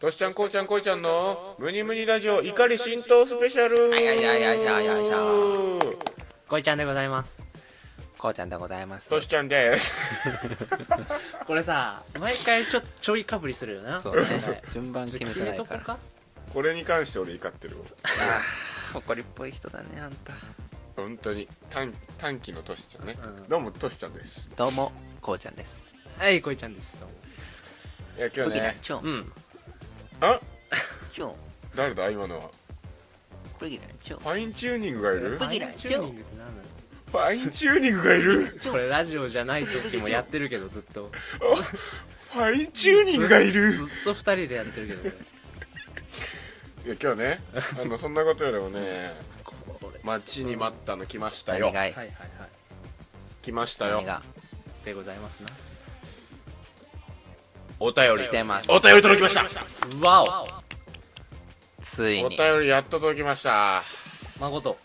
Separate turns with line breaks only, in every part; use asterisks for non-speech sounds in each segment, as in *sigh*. としちゃんこうちゃんこいちゃんのムニムニラジオ怒り浸透スペシャル
はいはいはいはいはいはいは
こいちゃんでございます
こうちゃんでございます
としちゃんです
これさ毎回ちょちょいかぶりするよな
そう
*laughs*
ね順番決め
決
てな
め
い
と
か
こ
ら
か
これに関して俺怒ってる
怒りっぽい人だねあんた
本当に短短期のとしちゃんね
うん
どうもとしちゃんです
どうもこうちゃんです
はいこいちゃんですど
いや今
武
日
器だ
ね
チョ
うも
ン
うん
あ
チョン
誰だ今のは
武器だチョン
ファインチューニングがいる
ブギラ
チューニングって何なの
ファインチューニングがいる
これラジオじゃない時もやってるけどずっと
ファインチューニングがいる
ずっと二人でやってるけど
いや今日ねあのそんなことよりもね
これ
待ちに待ったの来ました
何
よ
がい
はいはいはい
来ましたよ
何が
でございますな
お便り
来てます
お便り届きました
わ
つい
お
にいや
便りやっと届きました
お誠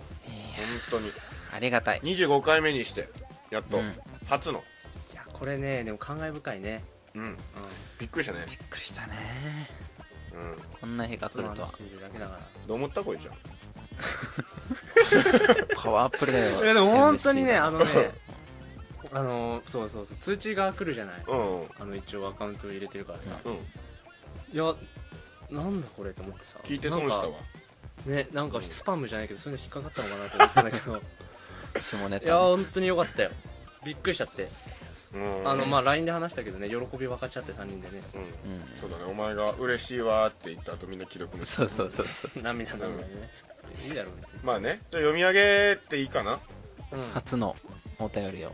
本当に
ありがたい
25回目にしてやっと、
うん
初の
いやこれねでも感慨深いね
うん
うん
びっくりしたね
びっくりしたね
うん
こんな日が来
妻
る
の
とは
信じるだけだから
どう思ったこいちゃん
パワープレイを
いやでも本当にね
MC だ
あのね *laughs* あのそうそうそう通知が来るじゃない
うん
あの一応アカウント入れてるからさ、
うん
いやなんだこれと思ってさ
聞いて損したわ
なんかねなんかスパムじゃないけどそういうの引っかかったのかなと思ったんだけ
*laughs*
ど
下ネ
いや
タ
本当によかったよびっくりしちゃって、
うん
あのまあ LINE で話したけどね喜び分かち合って3人でね
うん
うん
そうだねお前が嬉しいわーって言った後みんな既読無視
そうそうそうそう
涙なぐらいでねいいだろう別に、
まあねじゃあ読み上げていいかなだか
うん、
初のお便りを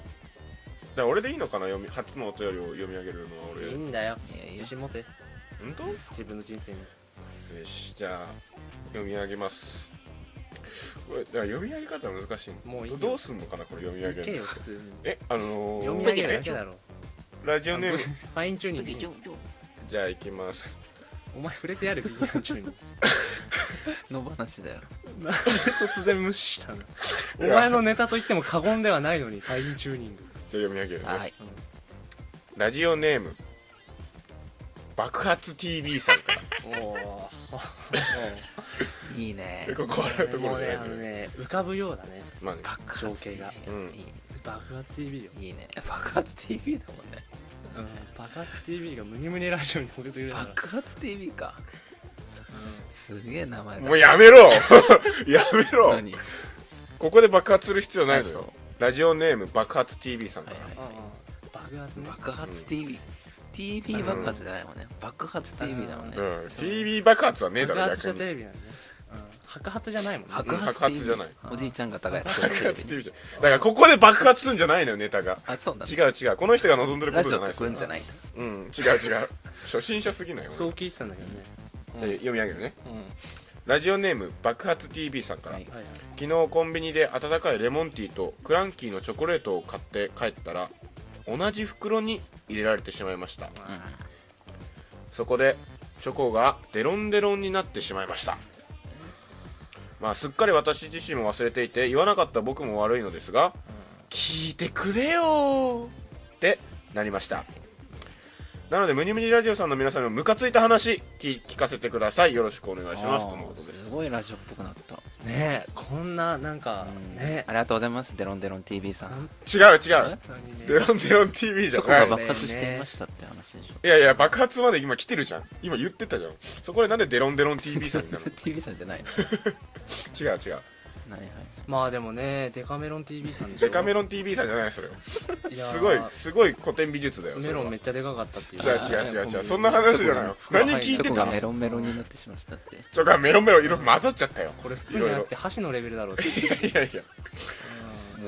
ら俺でいいのかな読み初のお便りを読み上げるのは俺
いいんだよ
いやいや
自信持て
本当
自分の人生に
よしじゃあ読み上げますこれだから読み上げ方難しいの
もういいよ
どうすんのかなこれ読み上
行
げ
け
る
よ普通に
えあのー、
読み上げるだけだろ
ラジオネーム
ファインチューニングいいよ
じゃあ行きます
お前触れてやるビギナー中に
の話だよ
なんで突然無視したのお前のネタと言っても過言ではないのにファインチューニング
じゃあ読み上げるね、
はい
ラジオネーム爆発 TV さんから *laughs*
おお
いいね
結構笑うとこ
も
ろ
う
じ
ね *laughs*
ゃな
あ
い
の
ね
ね浮かぶようだね
まあね
爆発
情景
TV
が
うん
い
爆発 TV よ、
いいいね爆発 TV だもんね
うん、爆発 TV がムニムニラジオに俺と言うから
爆発 TV かすげえ名前だ
もうやめろやめろ
何
ここで爆発する必要ない
あ
の
そ
よ
う
ラジオネーム爆発 TV さんから、
はいはい
うんうん爆発ね
爆発 TV、TV 爆発じゃないもんね爆発 TV だもんね、
うん、TV 爆発はねえだ
爆
ろ
発し
逆に
たテレビなんだね、うん、白髪じゃないもんね
爆
うん
発
爆
TV、
発じゃない
おじいちゃん方がやってる
爆
テレ
発
ビ
TV じゃだからここで爆発するんじゃないのよネタが
あそうなん
違
だ
う違うこの人が望んでるこ
ラ
とじ
ジ
ゃ
オっ
ない
て来るんじゃない
うん違う違う初心者すぎないよ、
そ
俺
う聞いてたんだけどね
えー読み上げるね
うん、
ラジオネーム爆発 TV さんから、
はい
はいはい
昨日コンビニで温かいレモンティーとクランキーのチョコレートを買って帰ったら同じ袋に入れられてしまいました
うん
そこでチョコがデロンデロンになってしまいましたまあすっかり私自身も忘れていて言わなかった僕も悪いのですが聞いてくれよーってなりましたなのでムニムニラジオさんの皆さんにもムカついた話聞聞かせてくださいよろしくお願いしますとのこ
あー
とです
すごいラジオっぽくなった、
ねえこんななんか
うん
ね
ありがとうございますデロンデロン TV さん
違う違う
え
本当にね
デロンデロン TV じ
チ
ゃ
ョコが
ない
爆発していましたって話でしょ
いやいや爆発まで今来てるじゃん今言ってたじゃんそこでなんでデロンデロン TV さんになる
TV さんじゃないの
の違う違う
はいはい
まあでもねデカメロン TV さんでしょ
デカメロン TV さんじゃないそれ
いやー
すごいすごい古典美術だよそ
メ
れは
ロンめっちゃでかかったっていう
違う違う違う違うそんな話じゃないよ
袋
何聞い
チ
て
ョコ
た
が
の
メロンメロンになってしましたって
ちょがメロンメロンいろいろ混ざっちゃった
*laughs*
よ
これスプーンじゃなくて箸のレベルだろうって
いやいやいや
う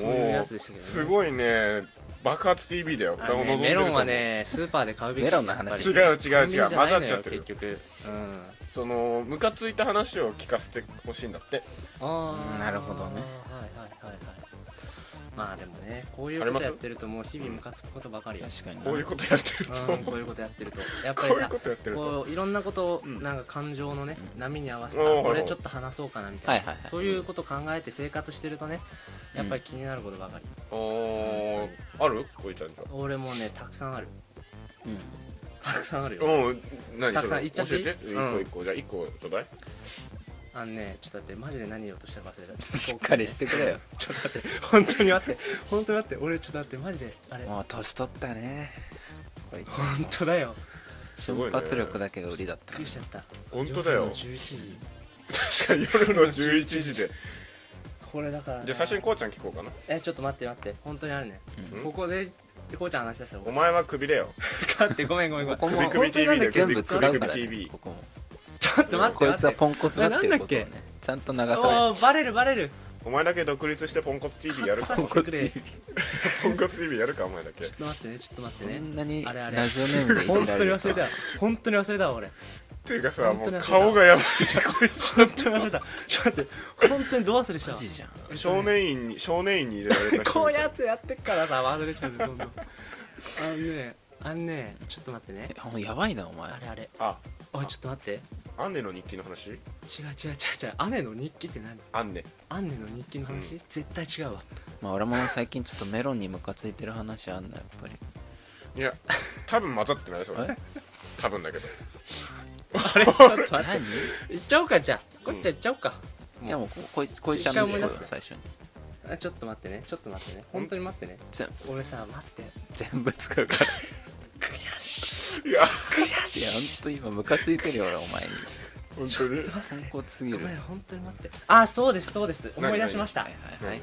もう
んそういうやつでしたけどね
すごいね爆発 TV だよ
あのね
望んで
メ
ると
ロ
思
ン
う
はねスーパーで買うべき
メロンの話
違う違う違う混ざっちゃってる
結局うん
そのムカついた話を聞かせてほしいんだって
あー
なるほどね
はいはいはいはいまあでもねこういうことやってるともう日々ムカつくことばかりよ
確かにな
こういう *laughs* ことやってると
うんこういうことやってるとやっぱ
こ
り
ういう
さ
ことやってると
こういろんなことを
うん
なんか感情のね、
う
波に合わせた
おー
これちょっと話そうかなみたい
はい
な、
はいはい
そういうこと考えて生活してるとねやっぱり気になることばかり、
おーあるこいちゃんと
俺もねたくさんある
うん
たくさんあるよ
うん何
たくさん
それ
言っちゃっていい
教えて一
うん
個一個じゃあ一個ちょうだい
あのねちょっと待ってマジで何言おうとしたら忘
*laughs*
れた
しっかりしてくれよ
ちょっと待って本当に待って本当に待って俺ちょっと待ってマジであれ本
もう年取ったねこいつ
当だよ
ごい
瞬
ね
発力だけが売りだっ
びったくりしちゃった
本当だよ
夜の11時
確かに夜の11時で
これだから、ね、
じゃあ最初にこうちゃん聞こうかな
えちょっと待って待って本当にあるね
うん
ここでこうちゃん話し出したら
お前はクビだよ
かってごめんごめんごめん
ここも
首首 TV だよ
全部使うから、
首首
ね
TV、
ここも
ちょっと待って
こいつは
待って
ポンコツだっていうことをねちゃんと流さ
お
ない
ーバレるバレる
お前だけ独立してポンコツ TV やる
*laughs*
か
カットさせてくれ
ポンコツ TV やるかお前だけ
*laughs* ちょっと待ってねちょっと待っ
こ
てね
んなに
あれあ
ラ
れ
ジオネームでい
本
じら
当に
れる
忘れたよ本当に忘れたわ俺
ていうかさも
本当
う
に焦った
顔がやばい
本当に忘れたちょっと待って本当にど忘れした
マ
わ
ジじゃん
少年院
*laughs*
に少年院に入れられた人
こうやってやってっからさ忘れちゃうんだよ *laughs* どんどんあのねあのねちょっと待ってね
えほんやばいなお前
あれあれ
あ
おいちょっと待って
アンネの日記の話
違う違う違う違う姉の日記って何
アンネ
姉の日記の話、
う
絶対違うわ
まあ俺も最近ちょっとメロンにムカついてる話あんのやっぱり
いや多分混ざってないそれ
え
多分だけど
あ *laughs* れちょっと待って
何
行っちゃおうかじゃあこっちゃ行っちゃおうか、
いやもうここいつこいちゃんの聞こうよ
一回思い出す
最初に
あちょっと待ってねちょっと待ってね本当に待ってね
全
俺さ待って
全部使うからいや
悔し
いや
*laughs* い悔
ほ
しい
んと今ムカついてる
*laughs*
よ俺お前に
本当に
ポンコツすぎ
ご
る
めん
は
本当に待ってあそうですそうです
何
思い出しました
いはいはい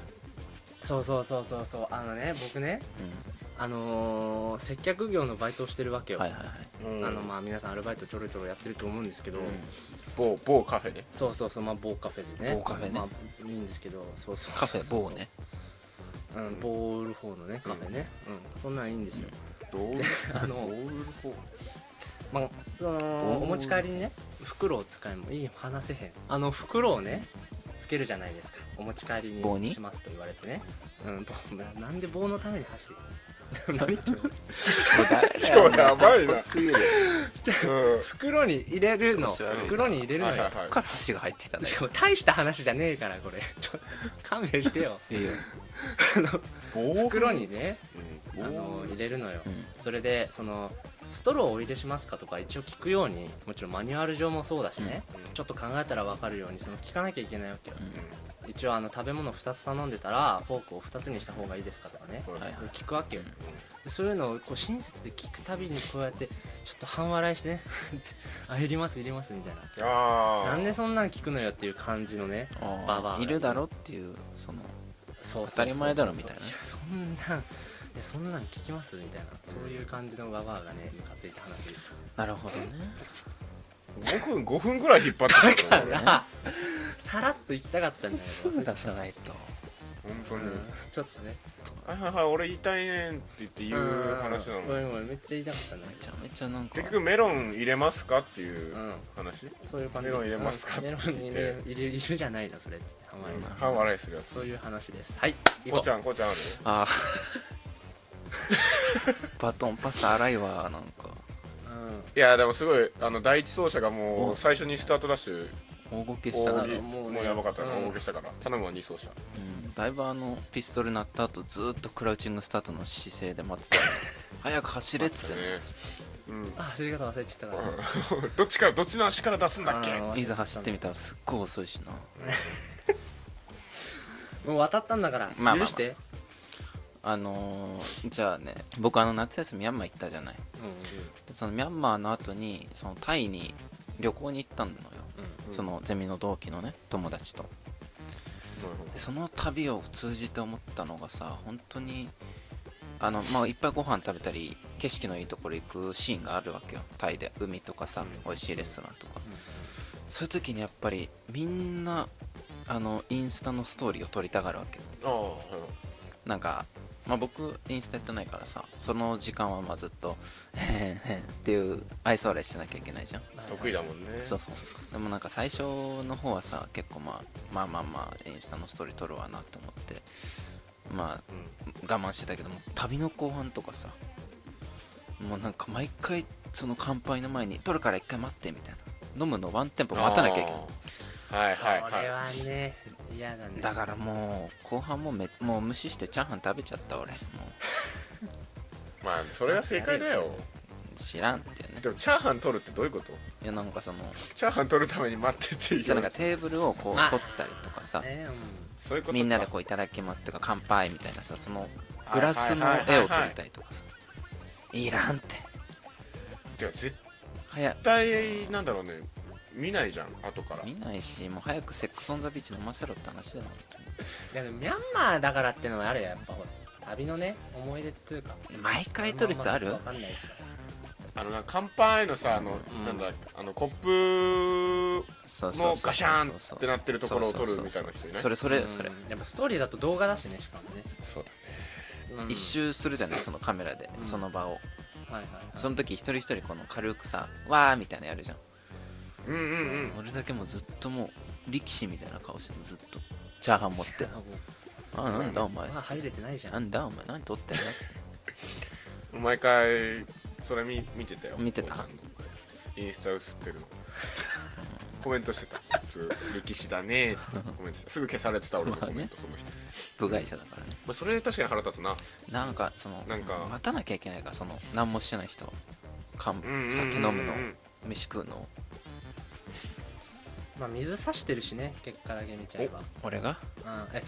そうそうそうそうそうあのね僕ねあのー接客業のバイトをしてるわけ
うん
よ、
はいはいはい
うん
あのまあ皆さんアルバイトちょろちょろやってると思うんですけど、
うん
某某カフェね
そうそうそうまあ某カフェでね
某カフェね
まあ、いいんですけどそうそうそう
カフェ某ね
うんボール方のねカフェねうん、そんなんいいんですよ、
どういう
*laughs* あ
ど
の
ういう方
まあ、そのお持ち帰りにね袋を使いもいい話せへんあの袋をねつけるじゃないですかお持ち帰り
棒
に
に
しますと言われてねうん棒なんで棒のために走る何言ってんの
もうダメだよ
今日やばい
*laughs*
な
ポンコツすぎる
うん
袋に入れるの
少し悪いな
袋に入れるの
は
よ、
いはい
こっ
は
から箸が入ってきたね
しかも大した話じゃねえからこれちょっと勘弁してよ
いいよ
あの
い
袋にね
うん
あの入れるのよ
うん
それでそのストローをお入れしますかとか一応聞くようにもちろんマニュアル上もそうだしね、
うん
ちょっと考えたら分かるようにその聞かなきゃいけないわけよ、
うん
一応あの食べ物2つ頼んでたらフォークを2つにした方がいいですかとかね
うん
はい
聞くわけよでそういうのをこう親切で聞くたびにこうやってちょっと半笑いしてね *laughs* あ入れます入れますみたいな
ああ
なんでそんなん聞くのよっていう感じのね
あー
ババア
いるだろっていうその
そうそうそう
当たり前だろみたいな
やそんなんいやそんなん聞きますみたいなそういう感じのババアがねムカついた話
なるほどね
5分5分ぐらい引っ張って
だ
た
か
よ俺
らさらっと行きたかったんだよ
すぐ出さないと
本当
う
に
んちょっとね
はいはいはい俺言いたいねんって言って言う話なの
ごめんごめんめっちゃ言いたかったんだ
めちゃめちゃなんか
結局メロン入れますかっていう
うん
話
そういう感じ
メロン入れますか
うんメロン入れる入れる入れるじゃないのそれってあんまり
うん
半笑いするやつ
そういう話ですはい
こうち
ゃん
ゃんこうちゃんある
あーバトンパス荒いわなんか
いやでもすごいあの第一走者がも
お
う最初にスタートダッシュ
大ごけしたな、
大
う
喜
*laughs* ん、
利
も
も
う
う
ね
やばかったな
うん
大喜利したから頼むは二走者
だいぶあのピストル鳴った後ずーっとクラウチングスタートの姿勢で待ってた早く走れっつってね
うん
あ走り方忘れちゃったから
うん *laughs* どっちからどっちの足から出すんだっけ
あー
いざ走ってみたらすっごい遅いしな
もう渡ったんだから
まあまあま
許
あ
して
あのーじゃあね僕あの夏休みミャンマー行ったじゃないそのミャンマーの後にそのタイに旅行に行ったのよ、
うんうん
うん
そのゼミの同期のね友達とでその旅を通じて思ったのがさ本当にあのまあいっぱいご飯食べたり景色のいいところ行くシーンがあるわけよタイで海とかさ、
うん
美味しいレストランとか、そういう時にやっぱりみんなあのインスタのストーリーを撮りたがるわけ
ああはい
なんか、まあ、僕インスタやってないからさその時間はまあずっと「へへへっていう愛想笑いしてなきゃいけないじゃん
得意
だ
だもんね
そうそうでもなんか最初の方はさ結構、まあ、まあまあまあインスタのストーリー撮るわなと思ってまあ
うん
我慢してたけども旅の後半とかさもうなんか毎回その乾杯の前に取るから一回待ってみたいな飲むのワンテンポ待たなきゃいけない
はい
それ
はいはい
はね嫌だね
だからもう後半もめもう無視してチャーハン食べちゃった俺も
まあそれが正解だよ
知らんっていうね
でもチャーハン取るってどういうこと
いやなんかその
チャーハン取るために待ってっていう
じゃあなんかテーブルをこう
あ
取ったりとかさ
ね
そういうことか
みんなでこういただきますとか乾杯みたいなさそのグラスの絵を撮りたいとかさいらんって
てか絶
早く
対なんだろうね見ないじゃん後から
見ないしもう早くセックスオンザビーチ飲ませろって話だよ
いやでもミャンマーだからってのもあるよやっぱほら旅のね思い出というか
毎回撮る必要ある
んまわかんないけど
あのなんか乾杯のさあの、
うん
なんだあのコッ
そ
プ
うそう
の
そう
ガシャーン
そうそう
ってなってるところを撮るみたいな人いない
それそれ
うん
それ
やっぱストーリーだと動画だしねしかもね、
そうだ
うん
一周するじゃないそのカメラで
うん
その場を
はいはいはい
その時一人一人この軽くさわーみたいなのやるじゃん
うんうんうん
俺だけもうずっともう力士みたいな顔してずっとチャーハン持って
あもう
あなんだお前
まあ入れてないじゃん
なんだお前何撮ってん *laughs* の
毎回それ見見てたよ
見てた
お父さんのインスタ映ってるの *laughs* コメントしてたずっと力士だねってコメントしてたすぐ消されてた俺のコメントその人、ま
部外者だからね
あ、それ確かに腹立つな
なんかその
なんか
待たなきゃいけないからその何もしてない人はか
う
ん
んうんうんうん
酒飲むの飯食うの
まあ水差してるしね結果だけ見ちゃえば
俺が
うんえ違う違う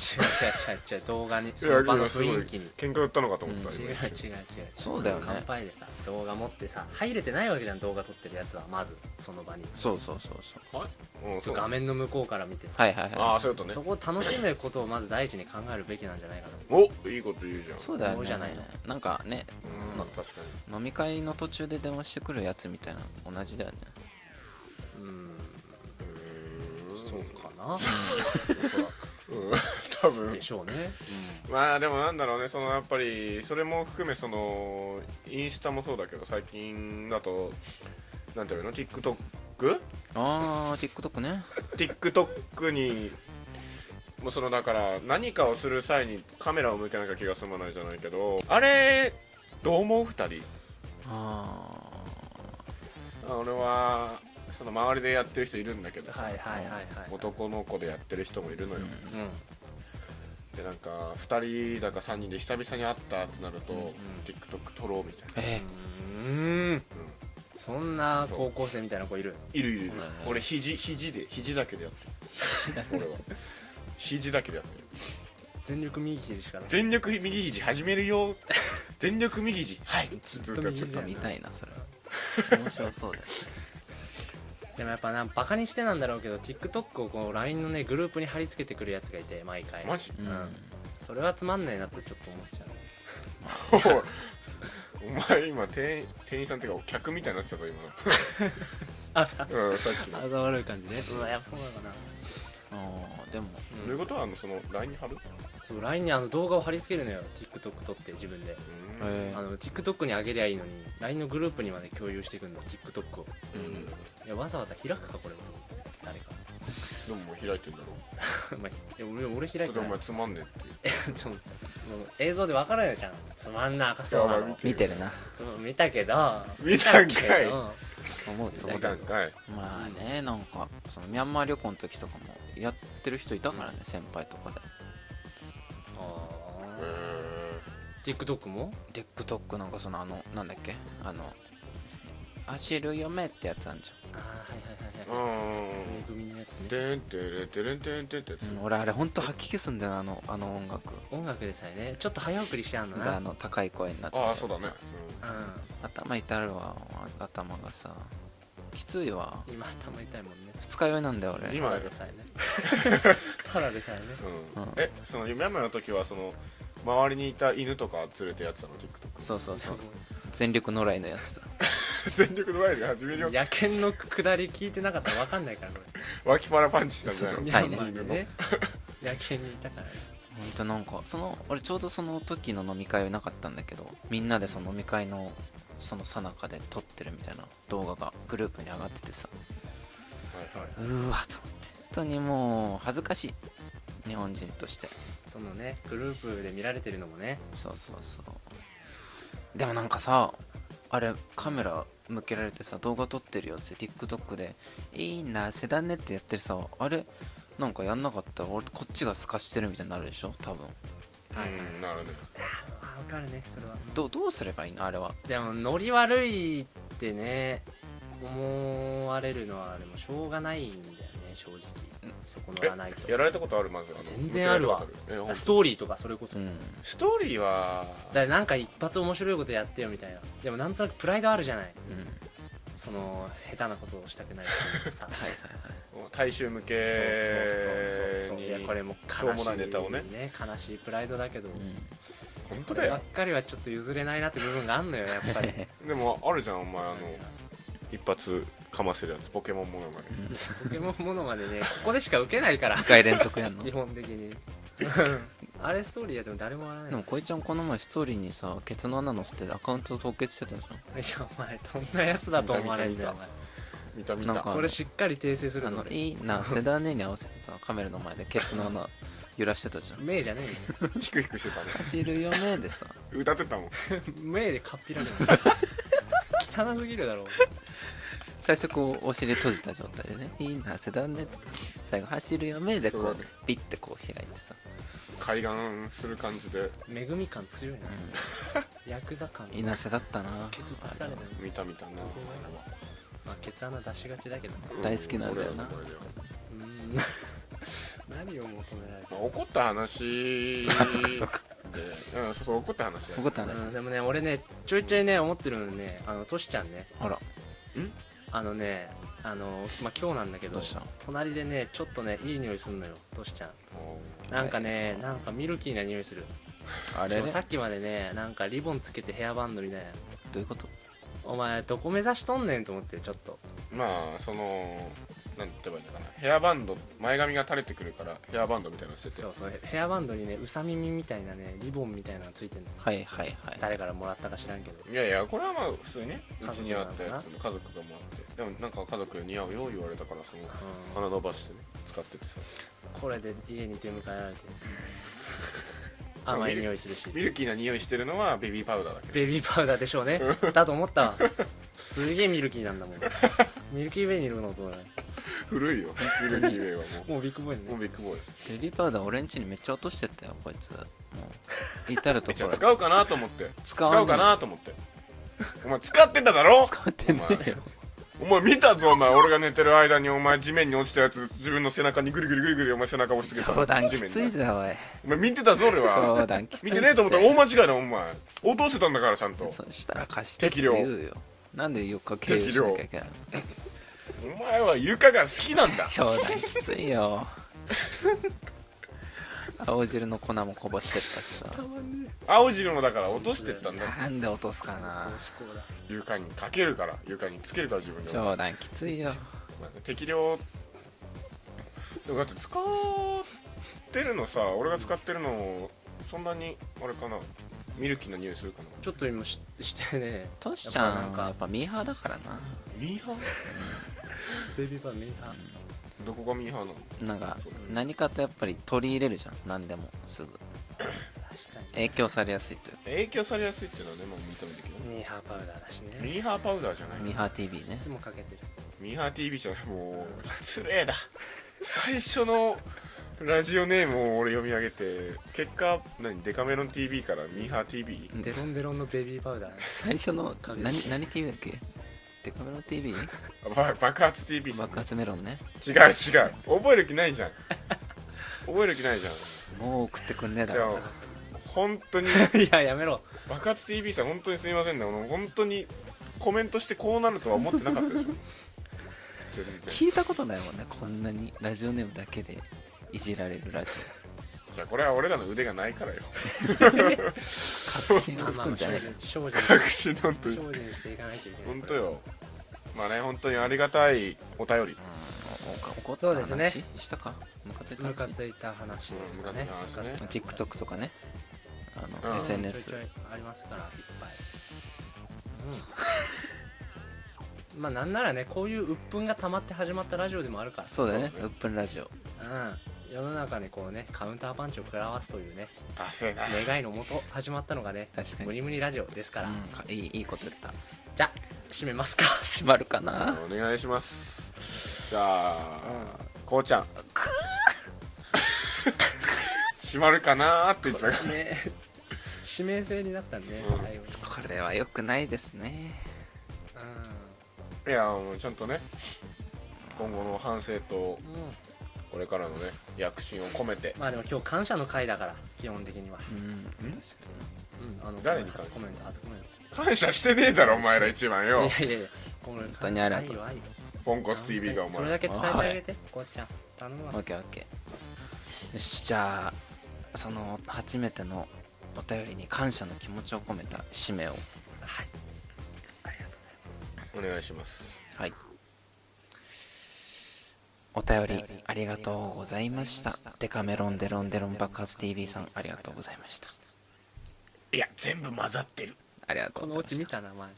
違う違う動画にそ
いや
の場
今
の
すごい
雰囲気に
喧嘩売ったのかと思った、
うん
違う違う
今一瞬
違う
そうだよね
乾杯でさ動画持ってさ入れてないわけじゃん動画撮ってるやつはまずその場に
そうそうそうそう
うんそう
画面の向こうから見てさ、
はいはい
あ
は
あそういうことね
そこを楽しむことをまず第一に考えるべきなんじゃないかな
おいいこと言うじゃん
いそうだよ
そう
ね
じゃないの
なんかね
うん
まあ
確かに
飲み会の途中で電話してくるやつみたいなの同じだよね
うん
うーん
そうかな
うん多分
でしょうね、
まあでもなんだろうねそのやっぱりそれも含めそのインスタもそうだけど最近だとなんていうの TikTok?TikTok
あー TikTok ね
にもうそのだから何かをする際にカメラを向けなきゃ気が済まないじゃないけどあれどう思う2人
あ
あ俺はその周りでやってる人いるんだけ
うん
どさ、
はいはいはいはい
男の子でやってる人もいるのよ、
うん
うん
でなんか2人だか3人で久々に会ったってなると、
うんうん
TikTok 撮ろうみたいな、
え
うん
うん
そんな高校生みたいな子いる
いるいるいる
そうだよね
俺肘肘で肘だけでやってる俺は肘だけでやってる
全力右肘しかない
全力右肘始めるよ全力右肘はい
ず
ず
っ
っと
と
や
ー、
っ
ち
ち
ょ
ゃ
っ
っ
と
た
見
ね
たいなそれ面白そうだよ
でもやっぱなバカにしてなんだろうけど TikTok をこう LINE のねグループに貼り付けてくるやつがいて毎回
マジ
うん
うんそれはつまんないなとちょっと思っちゃうね
おいお前今店員店員さんっていうか客みたいになってたぞ
あさ
今のうんさっきの
肌悪い感じねうわやっぱそうなのかな
*laughs* あーでも
どういうことはあのその LINE に貼る
そう LINE にあの動画を貼り付けるのよ TikTok 撮って自分で
うん
え
あの TikTok にあげりゃいいのに LINE のグループにまで共有していくんだ TikTok を
う
うん
ん
いやわざわざ開くかこれと思って誰か *laughs*
でももう開いてんだろ
まあいや俺俺開
だ
い
っててお
ない
前つまんねえっていう
ちょっともう映像で分からないじゃんつまんな赤そうな
やばい
の
見てるな
つま見たけど
見たんかい
けど
思うつも
見
りだ
たんかい
まあねなんかそのミャンマー旅行の時とかもやってる人いたからね先輩とかで
う
あ
ーん
ー TikTok も
TikTok なんかそのあのなんだっけあの「走る嫁」ってやつあんじ
ああはいはいはいは
う
い
ん
め組のやつね
てんてれてれんてんてんってやつ
ゃん、うん俺あれほんと吐き気すんだよなあのあの音楽
音楽でさえねちょっと早送りしてあんの
が
な
あの高い声になってる
あ
や
あ
つ
そうだね
頭痛るわ頭がさきついわ
うん今頭痛いもんね
二日酔いなんだよ俺
今
ただでさえね
*laughs*
ただでさえね
うん
うん
えその夢山の時はその周りにいた犬とか連れてやってたの TikTok
そうそうそう全力野良いのやつだ
全力の前で始めるよ
野犬のくだり聞いてなかったら分かんないからこ
脇腹パンチしたんじゃない
そう
の
れ
そうはいね
ミャンマーでね野犬にいたからね
ほんとなんかその俺ちょうどその時の飲み会はなかったんだけどみんなでその飲み会のその最中で撮ってるみたいな動画がグループに上がっててさ
はいはいう
ーわと思って本当にもう恥ずかしい日本人として
そのねグループで見られてるのもね
そうそうそうでもなんかさあれカメラ向けられてさ動画撮ってるよって TikTok で「いいなセダンね」ってやってるさあれなんかやんなかったら俺こっちが透かしてるみたいになるでしょ多分
うんなるね
ああ分かるねそれは
どどうすればいいのあれは
でもノリ悪いってね思われるのはでもしょうがないんだよね正直そこのがないと
やられたことあるまずあの
全然あるわ
えほんと
ストーリーとかそれこそ、
う
だ
ん
ストーリーは
からなんか一発面白いことやってよみたいなでもなんとなくプライドあるじゃない
うんはい
その下手なことをしたくないっ
*laughs*
ていうかさ
はい
大衆向け
そうそうそうそういや
に
これも悲しい
しょうもないネタをね
悲しいプライドだけど、
はい、
本当
こ
だ
ればっ
よ
かりはちょっと譲れないなって部分があんのよやっぱり
でもあるじゃんお *laughs* 前あの一発かませるやつポケモンものまで
うんうん、
ポケモンものまでねここでしか受けないから
2回連続やん *laughs* の
基本的にあれストーリーやっても誰も笑わ
で
ない
もこいちゃんこの前ストーリーにさケツの穴のせてアカウント凍結してたじゃ
いやお前どんなやつだと思われるんだよ
見た見た見
な
た
んか
それしっかり訂正する
んあ
の
のいいなセダネに合わせてさカメラの前でケツの穴揺らしてたじゃん
名
*laughs*
じゃね
ヒクヒクしてたね
走るよねでさ
歌ってたもん
えよ名でかっぴら
*laughs*
れる汚すぎるだろ
最初こうお尻閉じた状態でねいいなセダネ最後走るよねでこ
そう
う
だね
ピッてこう開いてさ、
海岸する感じで
恵み感強いな
う
ヤクザ感
ん、いなせだったな
ケツ出された
見た見たな
まあケツ穴出しがちだけどね
大好きなんだよな
俺俺俺
うん *laughs* 何を求められ
ま
た
あ怒った話
*laughs* あそっかそっか
でうんそうそう怒った話や
怒った話、
うんでもね俺ねちょいちょいね思ってるのねあのトシちゃんね
あら
あのねあのまあ今日なんだけ
ど
ど
うした
隣でねちょっとねいい匂いするのよトシちゃんなんかねなんかミルキーな匂いする
あれれ
そうさ
ど
っきまでねなんかリボンつけてヘアバンドみたいな
ういうこと
お前どこ目指しとんねんと思ってちょっと
まあそのなんて言えばいいのかなヘアバンド前髪が垂れてくるからヘアバンドみたいなのしてて
そうそうヘアバンドにねうさ耳みたいなねリボンみたいなのついてんの
はいはいはい
誰からもらったか知らんけど
いやいやこれはまあ普通にうちにあったや
家
つの家族がもらってでもなんか家族に似合うよ言われたからその
うん
鼻伸ばしてね使っててさ
これで家に出迎えられて甘い匂いするし
ミルキーな匂いしてるのはベビーパウダーだけど
ベビーパウダーでしょうねだと思ったわすげえミルキーなんだもんミルキーベイにいるのとね
古いよミルキーウ
*laughs*
ェイはも
もうビッグボーイ
うも
ね
うビッグボーイ
ベビーパウダー俺んちにめっちゃ落としてったよこいつもう至る
えじゃ
所
あ使うかなと思って
使
使
わ
うか
ない
なと思ってお前使ってただろ
使ってねえよ
お前見たぞお前俺が寝てる間にお前地面に落ちたやつ自分の背中にぐりぐりぐりぐりお前背中押してくれた
冗談きつ
ぞ
いぜおい
お前見てたぞ俺は
冗談きつい
見てねえと思ったら
ら
大間違いだお前応答してたんだからちゃんと
そしたら貸してって言うよなんで4日経由しなきゃいけないの
お前は床が好きなんだ
冗談きついよ青汁の粉もこぼしてったしさ
たまんね
青汁もだから落としてったんだ
なんで落とすかな
おしっこだ
床にかけるから床につけるから自分で
冗談きついよ
お前適量だって使ってるのさ俺が使ってるのそんなにあれかなミルキーな匂いするかな
ちょっと今ししてね
トシちゃん
やっぱなんか
はやっぱミーハーだからな
ミーハ
ベビーパウダーミーハー
ーどこがミーハーなの
なんか
そう
何かとやっぱり取り入れるじゃん何でもすぐ
確かに
影響されやすいという
影響されやすいっていうのはね、まあ、認めてきど
ミーハーパウダーだしね
ミーハーパウダーじゃない
ミーハー TV ね
いつもかけてる
ミーハー TV じゃないもう失礼だ最初のラジオネームを俺読み上げて結果何デカメロン TV からミーハー TV
うん
デロンデロンのベビーパウダーね
最初の何何 TV だっけデカメロン TV?
あば爆発 TV 違う違う
爆発メロンね
覚える気ないじゃん覚える気ないじゃん
*laughs* もう送ってくんねえだろ
いや本当に
*laughs* いややめろ
爆発 TV さん本当にすみませんねあの本当にコメントしてこうなるとは思ってなかったでしょ全然
聞いたことないもんねこんなにラジオネームだけでいじられるラジ
じゃあこれは俺らの腕がない
*laughs*
からよ
オ確信をつくんじゃねえ
精進
隠しなんと
精進していかないといけない
本当よまあね本当にありがたいお便り
うん怒った
そうですね
話したかムカついた
ムカ
話
ついた話ですかね
ムカついた話ね
TikTok とかねあ
う
の
ん
SNS
ちょいちょいありますからいっぱい、うん、まあなんならねこういう鬱憤が溜まって始まったラジオでもあるから
そうだね
そう
う
ね
っぷんラジオ
うん世の中にこうねカウンターパンチを食らわすというね
ダセえな
願いのもと始まったのがね
確か
ム
に
ニムニラジオですから、
うんかいいいいこと言った
じゃあ締めますか
閉まるかな
お願いしますじゃあ、こうちゃん閉まるかなーって言ってたから
ね指名制になったんで、
うん
対応に
これは良くないですね
いやもうちゃんとね今後の反省と
うんうん
これからのね躍進を込めて
まあでも今日感謝の回だから基本的には、
うん確かに
うん、あの
誰に感謝
コメントあコメント
感謝してねえだろお前ら一番よ
いやいやいやこれ
本当にありがとうござ
愛よ
ポン
愛
コ
よ
ツ TV がお
それだ
前
け伝えてあげて、こうちゃん頼む
オ
わ
ッケーオッケーよしじゃあその初めてのお便りに感謝の気持ちを込めた締めを
はいありがとうございます
お願いします
はいお便りありがとうございましたデカメロンデロンデロン爆発 TV さんありがとうございました
いや全部混ざってる
ありがと
こ
う
の
ござい
オ
ま
チ
し
見
た
た名前